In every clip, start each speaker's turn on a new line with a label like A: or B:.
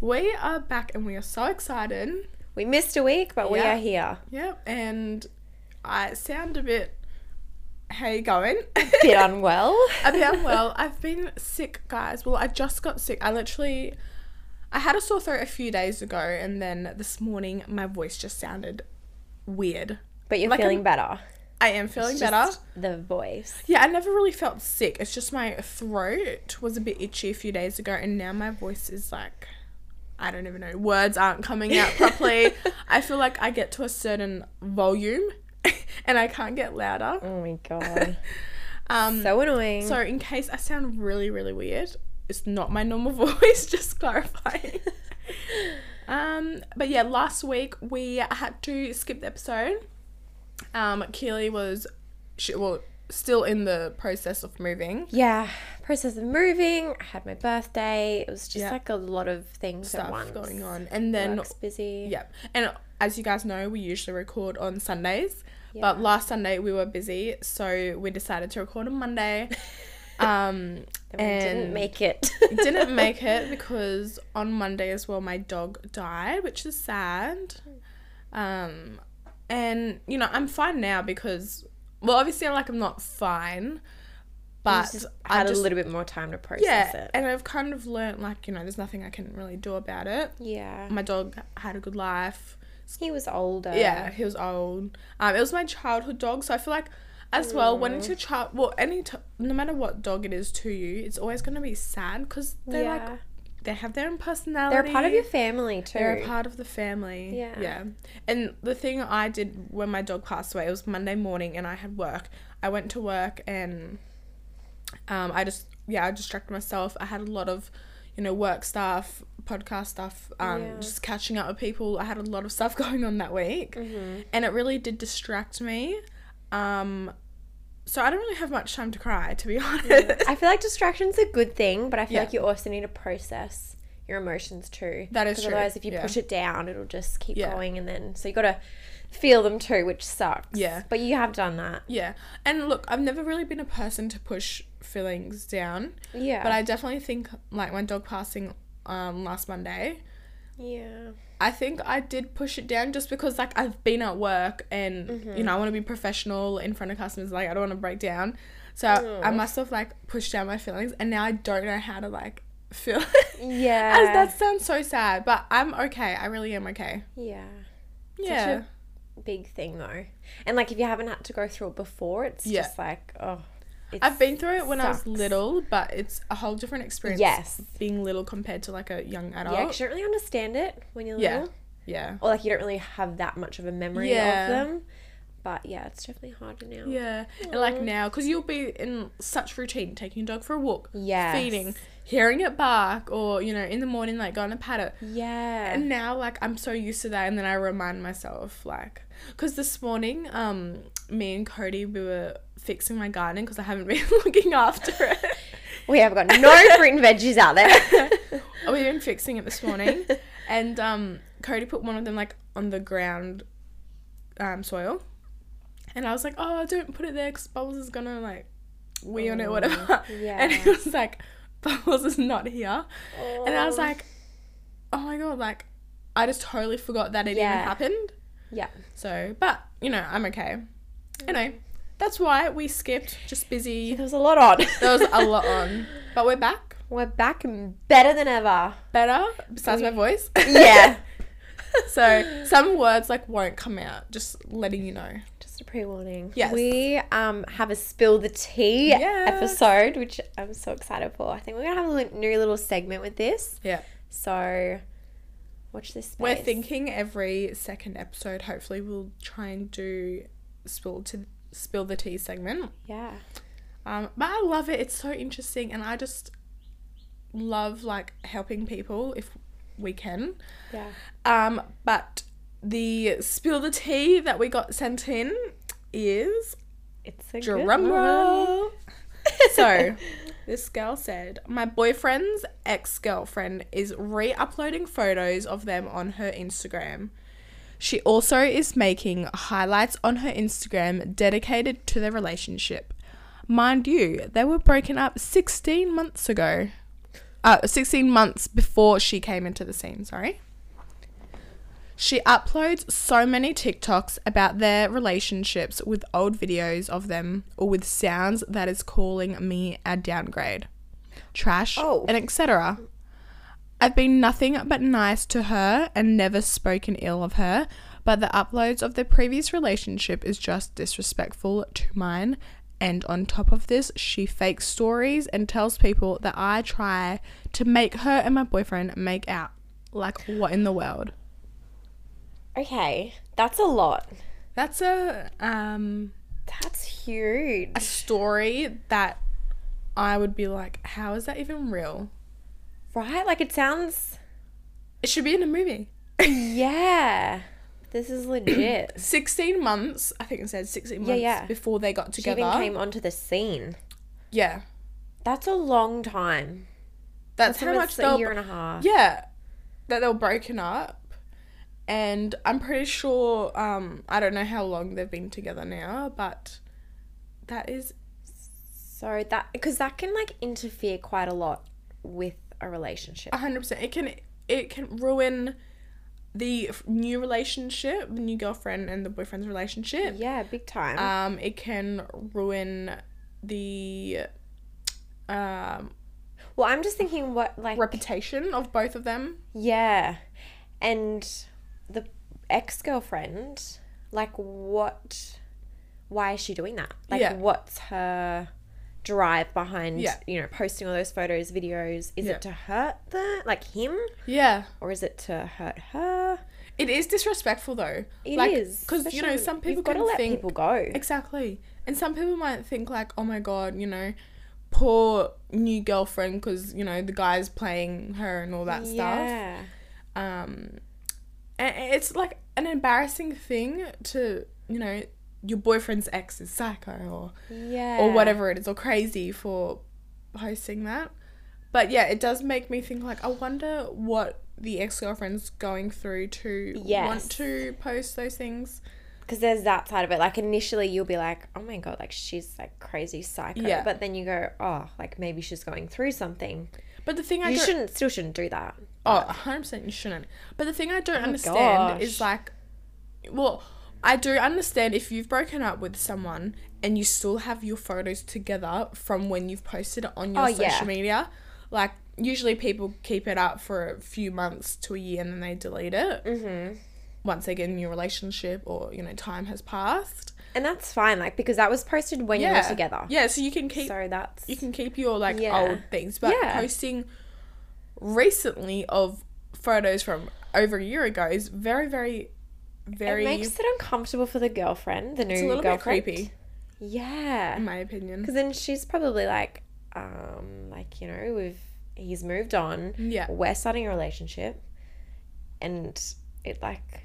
A: We are back and we are so excited.
B: We missed a week, but we
A: Yeah.
B: are here.
A: Yep. And I sound a bit. How you going?
B: Bit unwell.
A: a bit unwell. I've been sick, guys. Well, I just got sick. I literally. I had a sore throat a few days ago, and then this morning my voice just sounded weird.
B: But you're
A: Like
B: feeling
A: I'm
B: better.
A: I am feeling
B: It's
A: better.
B: just The voice.
A: Yeah, I never really felt sick. It's just my throat was a bit itchy a few days ago, and now my voice is like, I don't even know. Words aren't coming out properly. I feel like I get to a certain volume, and I can't get louder.
B: Oh my god.
A: Um, so,
B: so annoying.
A: in case I sound really, really weird, it's not my normal voice. Just clarifying. um, but yeah, last week we had to skip the episode. Um, Keely was, she, well, still in the process of moving.
B: yeah. Process of moving. I had my birthday. It was just
A: Yeah.
B: like a lot of things at once.
A: stuff going on. And then,
B: Work's busy.
A: yeah. And as you guys know, we usually record on Sundays.
B: Yeah.
A: But last Sunday we were busy, so we decided to record on Monday. Um,
B: And we didn't
A: and-
B: make it.
A: didn't make it because on Monday as well my dog died, which is sad. Um, and you know I'm fine now because, well, obviously like I'm not fine, but
B: just
A: I
B: had
A: just
B: a little bit more time to process
A: yeah,
B: it.
A: and I've kind of learnt like you know there's nothing I can really do about it.
B: yeah.
A: My dog had a good life.
B: He was older.
A: Yeah, he was old. Um, it was my childhood dog, so I feel like as well when
B: Mm.
A: it's your child, well, any t- no matter what dog it is to you, it's always gonna be sad because they
B: yeah.
A: like they have their own personality.
B: They're a part of your family too.
A: They're a part of the family.
B: Yeah.
A: Yeah. And the thing I did when my dog passed away, it was Monday morning, and I had work. I went to work, and um, I just yeah, I distracted myself. I had a lot of, you know, work stuff, podcast stuff, um,
B: Yeah.
A: just catching up with people. I had a lot of stuff going on that week,
B: Mm-hmm.
A: and it really did distract me. Um, so I don't really have much time to cry, to be honest.
B: I feel like distraction's a good thing, but I feel
A: Yeah.
B: like you also need to process your emotions too.
A: That is
B: 'Cause
A: true,
B: Otherwise, if you
A: yeah.
B: push it down, it'll just keep
A: Yeah.
B: going, and then so you gotta feel them too, which sucks.
A: Yeah.
B: but you have done that.
A: yeah. And look, I've never really been a person to push feelings down.
B: Yeah,
A: But I definitely think like my dog passing um last Monday,
B: yeah,
A: I think I did push it down just because like I've been at work and you
B: Mm-hmm.
A: know I want to be professional in front of customers like I don't want to break down. So I
B: Mm.
A: must have like pushed down my feelings and now I don't know how to like feel.
B: yeah,
A: As that sounds so sad, but I'm okay. I really am okay.
B: yeah.
A: Yeah.
B: Big thing though, and like if you haven't had to go through it before, it's
A: Yeah.
B: just like oh, it's,
A: I've been through it when I
B: sucks.
A: was little, but it's a whole different experience
B: Yes.
A: being little compared to like a young
B: Yeah, 'cause
A: adult.
B: you don't really understand it when you're
A: Yeah.
B: little,
A: Yeah.
B: or like you don't really have that much of a memory
A: Yeah.
B: of them. But yeah, it's definitely harder now.
A: Yeah, and like
B: Aw.
A: now, because you'll be in such routine, taking your dog for a walk,
B: Yes.
A: feeding, hearing it bark, or you know, in the morning, like going to pat it.
B: Yeah.
A: And now, like I'm so used to that, and then I remind myself, like, because this morning, um, me and Cody we were fixing my garden because I haven't been looking after it.
B: We have got no fruit and veggies out there.
A: We've been Oh, fixing it this morning, and um, Cody put one of them like on the ground, um, soil, and I was like, "Oh, don't put it there because Bubbles is gonna like wee on it, whatever." And he
B: Oh, yeah.
A: was like, "Bubbles is not here," and I was
B: Oh.
A: like, "Oh my god!" Like, I just totally forgot that it
B: Yeah.
A: even happened.
B: yeah.
A: So, but you know, I'm okay. Anyway, that's why we skipped. Just busy.
B: There was a lot on.
A: There was a lot on, but we're back.
B: We're back and better than ever.
A: Better besides my voice.
B: Yeah.
A: So some words like won't come out. Just letting you know.
B: Just a pre warning.
A: Yes.
B: We um have a spill the tea
A: Yes.
B: episode, which I'm so excited for. I think we're gonna have a li- new little segment with this.
A: Yeah.
B: So watch this space.
A: We're thinking every second episode. Hopefully, we'll try and do spill to spill the tea segment.
B: Yeah.
A: Um, but I love it. It's so interesting, and I just love like helping people if we can.
B: Yeah.
A: Um, but the spill the tea that we got sent in is
B: It's a good
A: drum
B: one.
A: roll. So, this girl said, My boyfriend's ex girlfriend is re uploading photos of them on her Instagram. She also is making highlights on her Instagram dedicated to their relationship. Mind you, they were broken up 16 months ago. uh, 16 months before she came into the scene, sorry. She uploads so many TikToks about their relationships with old videos of them or with sounds that is calling me a downgrade, trash,
B: Oh.
A: and etc. I've been nothing but nice to her and never spoken ill of her, but the uploads of their previous relationship is just disrespectful to mine. And on top of this, she fakes stories and tells people that I try to make her and my boyfriend make out. Like, what in the world?
B: Okay, that's a lot.
A: That's a um
B: That's huge.
A: a story that I would be like, how is that even real?
B: Right? Like it sounds.
A: It should be in a movie.
B: Yeah. This is legit.
A: 16 months, I think it said 16 months
B: yeah.
A: before they got
B: she
A: together.
B: even came onto the scene.
A: yeah.
B: That's a long time.
A: That's,
B: That's
A: how much
B: a
A: they'll
B: year and a half.
A: Yeah. That they were broken up. And I'm pretty sure um I don't know how long they've been together now, but that is
B: So that because that can like interfere quite a lot with a relationship.
A: 100% it can it can ruin the f- new relationship, the new girlfriend and the boyfriend's relationship.
B: Yeah, big time.
A: Um, it can ruin the um,
B: well, I'm just thinking what like
A: reputation of both of them.
B: yeah, and the ex girlfriend. Like what? Why is she doing that? Like
A: Yeah.
B: what's her drive behind
A: Yeah.
B: you know posting all those photos, videos? Is
A: Yeah.
B: it to hurt the like him
A: Yeah,
B: or is it to hurt her?
A: it is disrespectful though.
B: It is
A: because you know
B: especially-
A: some people
B: you've got
A: can
B: to let
A: think
B: people go.
A: exactly, and some people might think like, oh my god, you know, poor new girlfriend because you know the guy's playing her and all that stuff.
B: yeah.
A: Um, and it's like an embarrassing thing to you know your boyfriend's ex is psycho or
B: Yeah.
A: or whatever it is or crazy for hosting that but yeah it does make me think like i wonder what the ex-girlfriend's going through to
B: Yes.
A: want to post those things
B: Because there's that side of it. Like initially, you'll be like, "Oh my god, like she's like crazy psycho,"
A: Yeah.
B: but then you go, "Oh, like maybe she's going through something."
A: but the thing i
B: you
A: don't
B: shouldn't, still shouldn't do that.
A: oh 100% you shouldn't but the thing i don't understand is
B: gosh.
A: like well i do understand if you've broken up with someone and you still have your photos together from when you've posted it on your
B: Oh,
A: social
B: yeah.
A: media like usually people keep it up for a few months to a year and then they delete it
B: Mm-hmm.
A: once they get in a new relationship or you know time has passed
B: And that's fine, like because that was posted when you were together.
A: yeah so you can keep
B: So that's
A: you can keep your like
B: Yeah.
A: old things but
B: Yeah.
A: posting recently of photos from over a year ago is very very very
B: it makes it uncomfortable for the girlfriend, the new
A: it's a little
B: girlfriend.
A: bit creepy in
B: Yeah,
A: my opinion
B: because then she's probably like, um, like you know, we've he's moved on.
A: yeah
B: we're starting a relationship and it like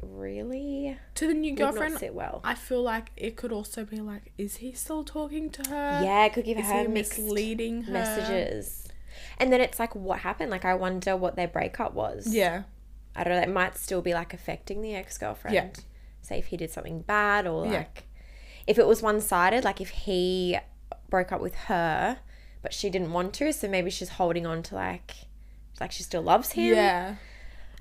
B: really
A: to the new
B: did not
A: girlfriend
B: sit well.
A: i feel like it could also be like is he still talking to her
B: yeah, it could give
A: is
B: her
A: he
B: mixed
A: misleading her
B: messages. And then it's like what happened? Like I wonder what their breakup was.
A: yeah
B: I don't know, it might still be like affecting the ex girlfriend.
A: Yeah.
B: Say if he did something bad or
A: Yeah.
B: like if it was one sided, like if he broke up with her but she didn't want to, so maybe she's holding on to like like she still loves him.
A: yeah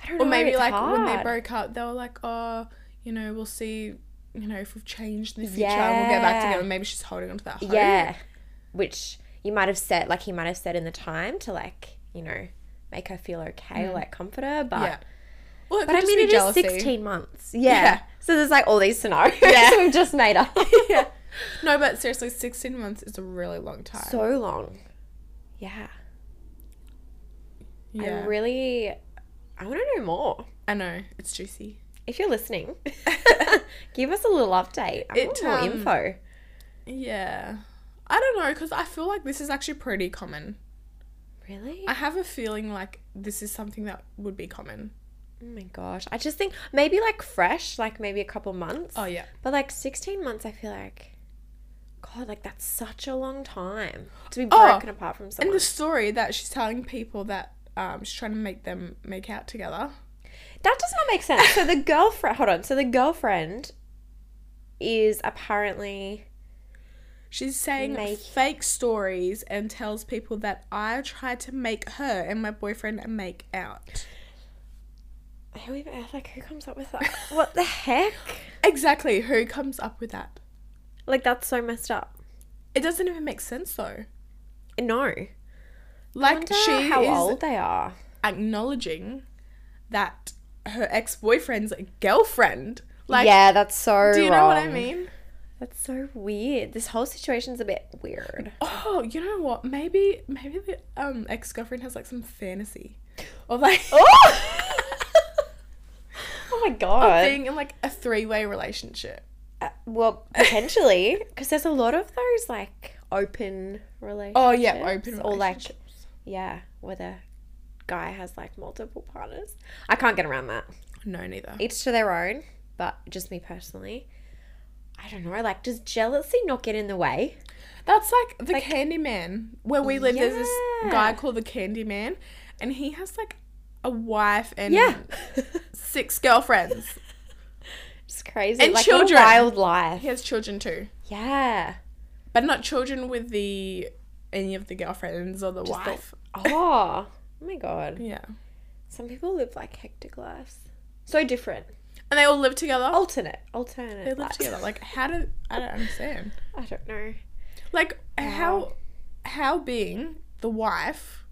B: I don't know.
A: Or maybe
B: it's
A: like when they
B: hard.
A: broke up, they were like, "Oh, you know, we'll see, you know, if we've changed in the future and we'll get back
B: Yeah.
A: together." Maybe she's holding on to that hope.
B: Yeah. Which you might have said, like, he might have said in the time to, like, you know, make her feel okay or, like, comfort her. But,
A: Mm. yeah. Well, it
B: but
A: could
B: I
A: just
B: mean,
A: be
B: it is
A: jealousy.
B: 16 months. Yeah.
A: Yeah.
B: So there's, like, all these scenarios
A: Yeah.
B: we've just made up.
A: yeah. No, but seriously, sixteen months is a really long time.
B: So long. Yeah.
A: yeah,
B: I'm really, I want to know more.
A: I know it's juicy.
B: If you're listening, give us a little update. I want
A: It,
B: more
A: um,
B: info.
A: Yeah, I don't know because I feel like this is actually pretty common.
B: Really?
A: I have a feeling like this is something that would be common.
B: oh my gosh. I just think maybe like fresh, like maybe a couple months.
A: Oh yeah,
B: But like 16 months, I feel like, God, like that's such a long time to be
A: Oh,
B: broken apart from
A: and
B: someone.
A: the story that she's telling people that um, she's trying to make them make out together.
B: that does not make sense. So the girlfriend, hold on. So the girlfriend is apparently
A: She's saying
B: Make-
A: fake stories and tells people that I tried to make her and my boyfriend make out.
B: Who even like who comes up with that? what the heck?
A: Exactly. Who comes up with that?
B: Like that's so messed up.
A: It doesn't even make sense though.
B: No.
A: Like she
B: how
A: is
B: old they are.
A: acknowledging that her ex boyfriend's girlfriend. Like,
B: yeah, that's so.
A: do you know what I
B: wrong.
A: mean?
B: That's so weird. This whole situation's a bit weird.
A: Oh, you know what? Maybe maybe the um ex girlfriend has like some fantasy, or like
B: Oh! oh my god.
A: being in like a three way relationship.
B: Uh, well, potentially, because there's a lot of those like open relationships.
A: Oh yeah, open
B: or like
A: relationship.
B: yeah, where the guy has like multiple partners. I can't get around that.
A: no, neither.
B: Each to their own, but just me personally. I don't know. Like, does jealousy not get in the way?
A: That's like the Candy Candyman where we live. There's this guy
B: Yeah.
A: called the Candyman, and he has like a wife and six girlfriends.
B: it's crazy.
A: Mm. And
B: like, what a
A: children.
B: wild life.
A: He has children too,
B: Yeah.
A: but not children with the any of the girlfriends or the
B: the-
A: wife.
B: Oh. oh my god.
A: yeah,
B: Some people live like hectic lives. So different.
A: and they all live together.
B: Alternate. Alternate.
A: they live
B: lives.
A: together. Like how do I don't understand?
B: I don't know.
A: Like how
B: Wow.
A: how being the wife,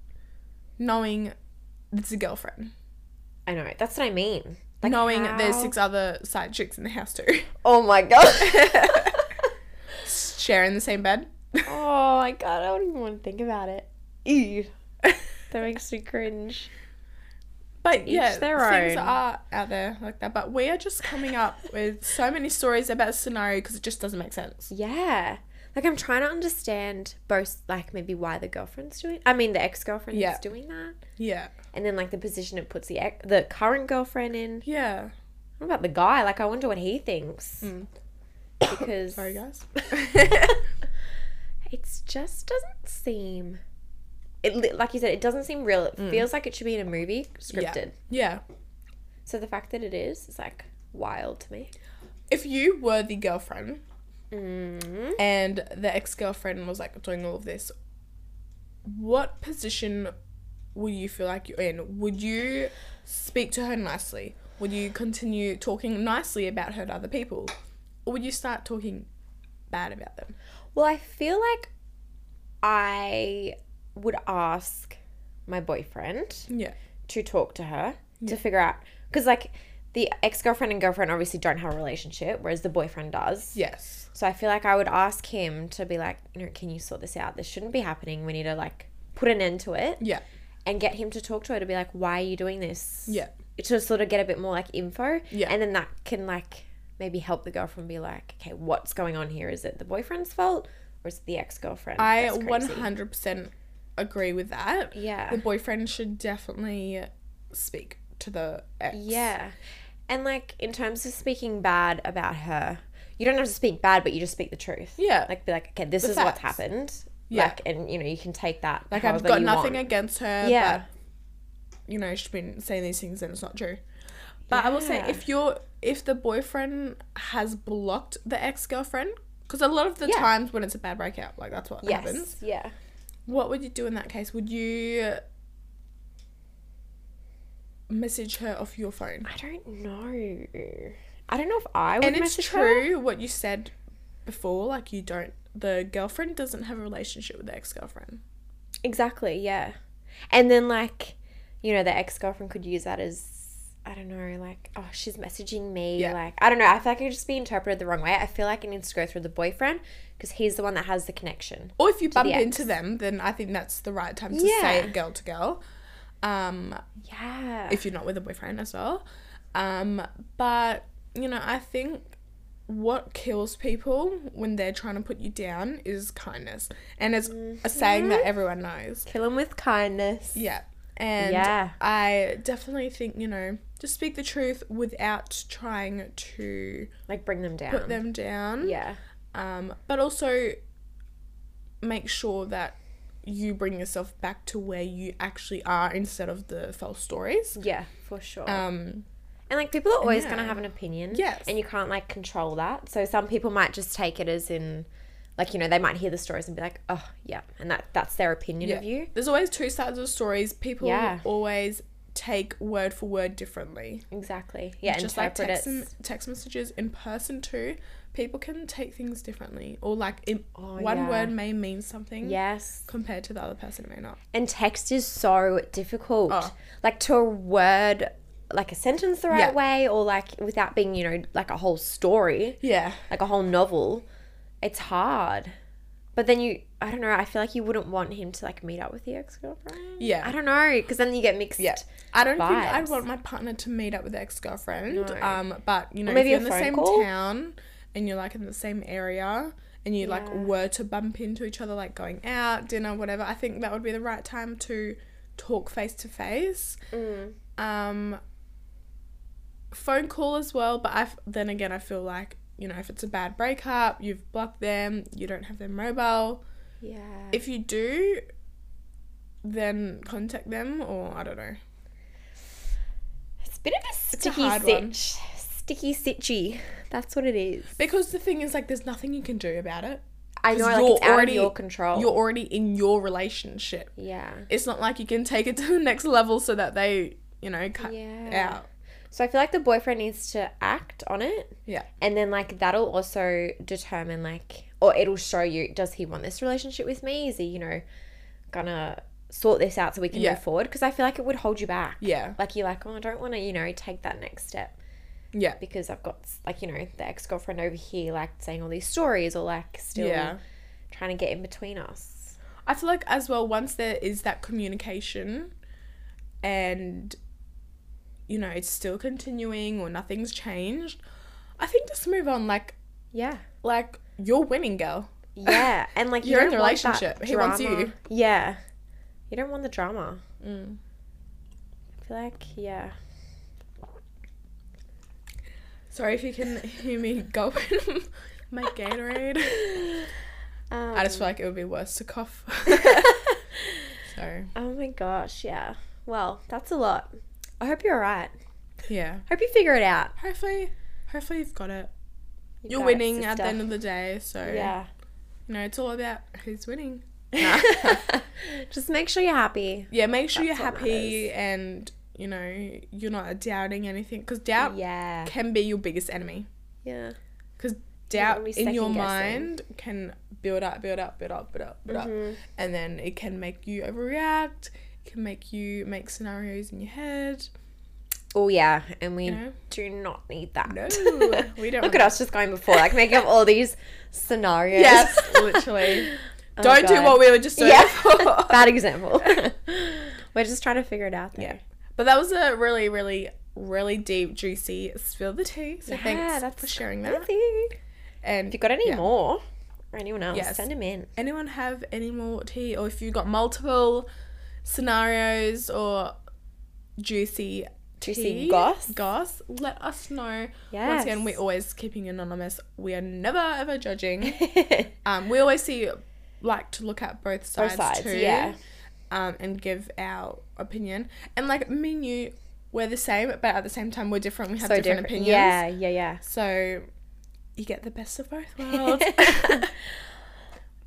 A: knowing it's a girlfriend,
B: I know. That's what I mean. Like
A: knowing there's
B: how-
A: six other side chicks in the house too,
B: Oh my god.
A: sharing the same bed.
B: oh my god. I don't even want to think about it. Ew. That makes me cringe.
A: But yeah,
B: their
A: things
B: own.
A: are out there like that. But we are just coming up with so many stories about this scenario because it just doesn't make sense.
B: Yeah. Like I'm trying to understand both, like maybe why the girlfriend's doing. I mean, the ex-girlfriend
A: Yeah.
B: is doing that,
A: Yeah,
B: and then like the position it puts the ex- the current girlfriend in.
A: yeah.
B: What about the guy? Like I wonder what he thinks.
A: Mm.
B: Because
A: Sorry, guys.
B: It's just doesn't seem. It li- like you said, it doesn't seem real. It feels like it should be in a movie, scripted.
A: yeah.
B: So the fact that it is, it's like wild to me.
A: If you were the girlfriend
B: Mm.
A: and the ex girlfriend was like doing all of this, what position would you feel like you're in? Would you speak to her nicely? Would you continue talking nicely about her to other people? Or would you start talking bad about them?
B: Well, I feel like I would ask my boyfriend
A: Yeah.
B: to talk to her to figure out because like the ex girlfriend and girlfriend obviously don't have a relationship, whereas the boyfriend does.
A: Yes.
B: So I feel like I would ask him to be like, you know, can you sort this out? This shouldn't be happening. We need to like put an end to it.
A: Yeah.
B: and get him to talk to her to be like, why are you doing this?
A: Yeah.
B: To sort of get a bit more like info.
A: Yeah.
B: And then that can like maybe help the girlfriend be like, okay, what's going on here? Is it the boyfriend's fault or is it the ex girlfriend?
A: I 100% agree with that.
B: Yeah.
A: The boyfriend should definitely speak to the ex.
B: Yeah. And like in terms of speaking bad about her, you don't have to speak bad, but you just speak the truth.
A: Yeah. Like,
B: Like be like, okay, this
A: The
B: is what's
A: facts.
B: happened.
A: Yeah.
B: Like, and you know, you can take that.
A: I've
B: however
A: got
B: you
A: nothing
B: want.
A: against her.
B: Yeah.
A: But, you know, she's been saying these things and it's not true. But I will say,
B: Yeah.
A: if you're, if the boyfriend has blocked the ex girlfriend, because a lot of the
B: Yeah.
A: times when it's a bad breakup, like that's what
B: Yes.
A: happens.
B: Yeah.
A: What would you do in that case? Would you message her off your phone?
B: I don't know. I don't know if I would
A: and it's
B: message her.
A: true what you said before like you don't the girlfriend doesn't have a relationship with the ex-girlfriend
B: Exactly, yeah. And then like, you know, the ex girlfriend could use that as I don't know, like, oh, she's messaging me.
A: Yeah.
B: Like, I don't know. I feel like it could just be interpreted the wrong way. I feel like it needs to go through the boyfriend because he's the one that has the connection.
A: or if you bump
B: the
A: into
B: ex.
A: them then i think that's the right time to say
B: Yeah.
A: it girl to girl um
B: Yeah.
A: if you're not with a boyfriend as well um but you know i think what kills people when they're trying to put you down is kindness and it's a saying
B: Mm-hmm.
A: that everyone knows
B: Kill him with kindness.
A: yeah and
B: yeah.
A: I definitely think, you know, just speak the truth without trying to
B: Like, bring them down.
A: put them down.
B: Um, yeah.
A: Um, but also make sure that you bring yourself back to where you actually are instead of the false stories.
B: Yeah, for sure.
A: Um,
B: and like, people are always going to
A: yeah.
B: have an opinion.
A: Yes.
B: And you can't like control that. So some people might just take it as in, like you know they might hear the stories and be like oh yeah and that that's their opinion of you
A: There's always two sides of stories. People
B: Yeah.
A: always take word for word differently.
B: exactly yeah
A: Just like
B: interpret
A: text,
B: it
A: m- text messages in person too, people can take things differently. Or like im-
B: Oh,
A: one
B: yeah.
A: word may mean something
B: yes
A: compared to the other person may not.
B: and text is so difficult
A: Oh.
B: like to word like a sentence the right
A: Yeah.
B: way or like without being you know like a whole story
A: Yeah.
B: like a whole novel it's hard but then you i don't know i feel like you wouldn't want him to like meet up with your ex-girlfriend
A: Yeah.
B: i don't know because then you get mixed
A: Yeah. I don't think I'd
B: vibes.
A: want my partner to meet up with their ex girlfriend.
B: No.
A: Um, but you know,
B: maybe
A: if you're
B: a
A: in
B: phone
A: the same
B: call.
A: town and you're like in the same area and you like
B: Yeah.
A: were to bump into each other like going out, dinner, whatever, I think that would be the right time to talk face to face.
B: Mm.
A: Um phone call as well, but I f- then again I feel like, you know, if it's a bad breakup, you've blocked them, you don't have their mobile.
B: yeah
A: If you do, then contact them or I don't know.
B: it's a bit of a
A: a
B: sticky
A: hard
B: sitch
A: one.
B: sticky sitchy that's what it is
A: Because the thing is, like, there's nothing you can do about it.
B: i know
A: 'Cause
B: like
A: you're
B: it's out
A: already-
B: of your control
A: You're already in your relationship.
B: yeah
A: It's not like you can take it to the next level so that they, you know, cut
B: Yeah.
A: out.
B: so i feel like the boyfriend needs to act on it
A: Yeah.
B: and then like that'll also determine like or it'll show you does he want this relationship with me is he you know gonna sort this out so we can
A: Yeah.
B: move forward because i feel like it would hold you back
A: Yeah.
B: like you're like oh i don't want to you know take that next step
A: Yeah.
B: because i've got like you know the ex-girlfriend over here like saying all these stories or like still
A: Yeah.
B: trying to get in between us
A: I feel like, as well, once there is that communication and, you know, it's still continuing or nothing's changed, I think just move on. Like,
B: yeah
A: like, you're winning, girl.
B: yeah and like you
A: You're
B: don't
A: in the
B: want that
A: relationship. He wants
B: drama.
A: you.
B: yeah you don't want the drama
A: Mm.
B: i feel like yeah
A: Sorry if you can hear me gulping my Gatorade.
B: um,
A: I just feel like it would be worse to cough. so,
B: Oh my gosh, yeah. Well, that's a lot. I hope you're alright.
A: yeah.
B: Hope you figure it out.
A: Hopefully, hopefully you've got it.
B: You
A: You're
B: got it,
A: winning at the
B: sister.
A: end of the day, so
B: Yeah.
A: you know it's all about who's winning.
B: Just make sure you're happy.
A: Yeah, make sure
B: That's
A: you're
B: what
A: happy and you know you're not doubting anything because doubt
B: Yeah.
A: can be your biggest enemy.
B: Yeah. don't
A: Doubt
B: wanna be
A: in your
B: second guessing.
A: mind can build up, build up, build up, build up, build up,
B: Mhm.
A: and then it can make you overreact. It can make you make scenarios in your head.
B: Oh yeah, and we
A: You know,
B: do not need that.
A: no, we don't.
B: Look
A: want
B: at us just going before, like making up all these scenarios.
A: Yes, literally.
B: Oh,
A: Don't do
B: God.
A: what we were just doing
B: Yeah.
A: before.
B: Bad example. We're just trying to figure it out. Though.
A: Yeah. But that was a really, really, really deep, juicy spill the tea. So
B: Yeah,
A: thanks
B: that's
A: for sharing that.
B: Crazy. If
A: And
B: you got any
A: Yeah.
B: more, or anyone else,
A: Yes.
B: send them in.
A: anyone have any more tea, or if you've got multiple scenarios or juicy
B: Juicy
A: tea,
B: goss.
A: goss, let us know.
B: Yes.
A: Once again, we're always keeping anonymous. We are never ever judging. Um, we always see like to look at both
B: Both
A: sides,
B: sides,
A: too.
B: yeah.
A: Um, and give our opinion. And like me and you, we're the same, but at the same time we're different. We have
B: so
A: different,
B: different.
A: opinions.
B: Yeah, yeah, yeah.
A: So you get the best of both worlds.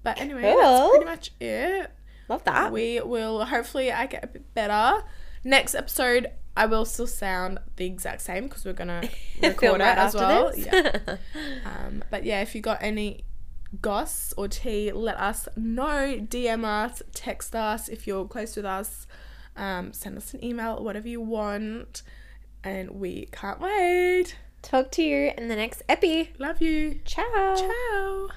A: but anyway, that's
B: Cool. Ah.
A: pretty much it.
B: Love that.
A: We will hopefully I get a bit better. Next episode I will still sound the exact same because we're gonna record
B: Film
A: it
B: right
A: as
B: after
A: well.
B: this.
A: Yeah. Um, but yeah, if you got any goss or tea, let us know. DM us, text us if you're close with us. Um, send us an email, whatever you want. And we can't wait.
B: Talk to you in the next epi.
A: Love you.
B: Ciao.
A: Ciao.